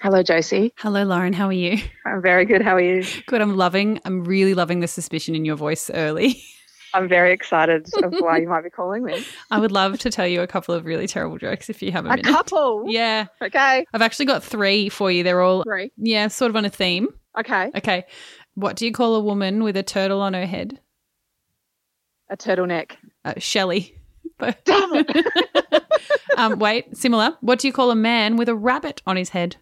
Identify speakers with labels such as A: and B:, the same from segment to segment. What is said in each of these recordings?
A: Hello, Josie.
B: Hello, Lauren. How are you?
A: I'm very good. How are you?
B: Good. I'm loving, I'm really loving the suspicion in your voice early.
A: I'm very excited of why you might be calling me.
B: I would love to tell you a couple of really terrible jokes if you have a,
A: A
B: minute.
A: couple.
B: Yeah.
A: Okay.
B: I've actually got three for you. They're all,
A: Three.
B: yeah, sort of on a theme.
A: Okay.
B: Okay. What do you call a woman with a turtle on her head?
A: A turtleneck.
B: Uh, Shelly. But-
A: Damn it.
B: um, wait, similar. What do you call a man with a rabbit on his head?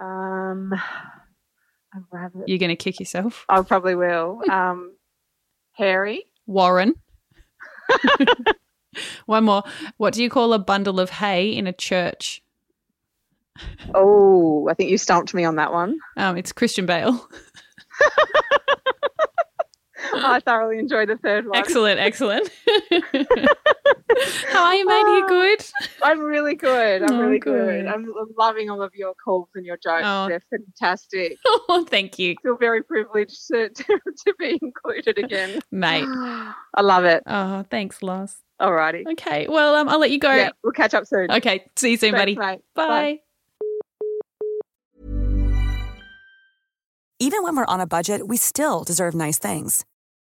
A: Um, a rabbit.
B: You're going to kick yourself.
A: I probably will. Um, hairy.
B: Warren. One more. What do you call a bundle of hay in a church?
A: Oh, I think you stumped me on that one.
B: Um, it's Christian Bale.
A: I thoroughly enjoyed the third one.
B: excellent, excellent. How are you, mate? Are you good?
A: I'm really good. I'm
B: Oh,
A: really
B: good.
A: good. I'm loving all of your calls and your jokes.
B: Oh.
A: They're fantastic.
B: Oh, thank you,
A: feel very privileged to, to, to be included again.
B: mate.
A: I love it.
B: Oh, thanks, Lars.
A: Alrighty.
B: Okay, well, um, I'll let you go.
A: Yeah, we'll catch up soon.
B: Okay, see you soon,
A: Thanks,
B: buddy.
A: mate.
B: Bye.
C: Even when we're on a budget, we still deserve nice things.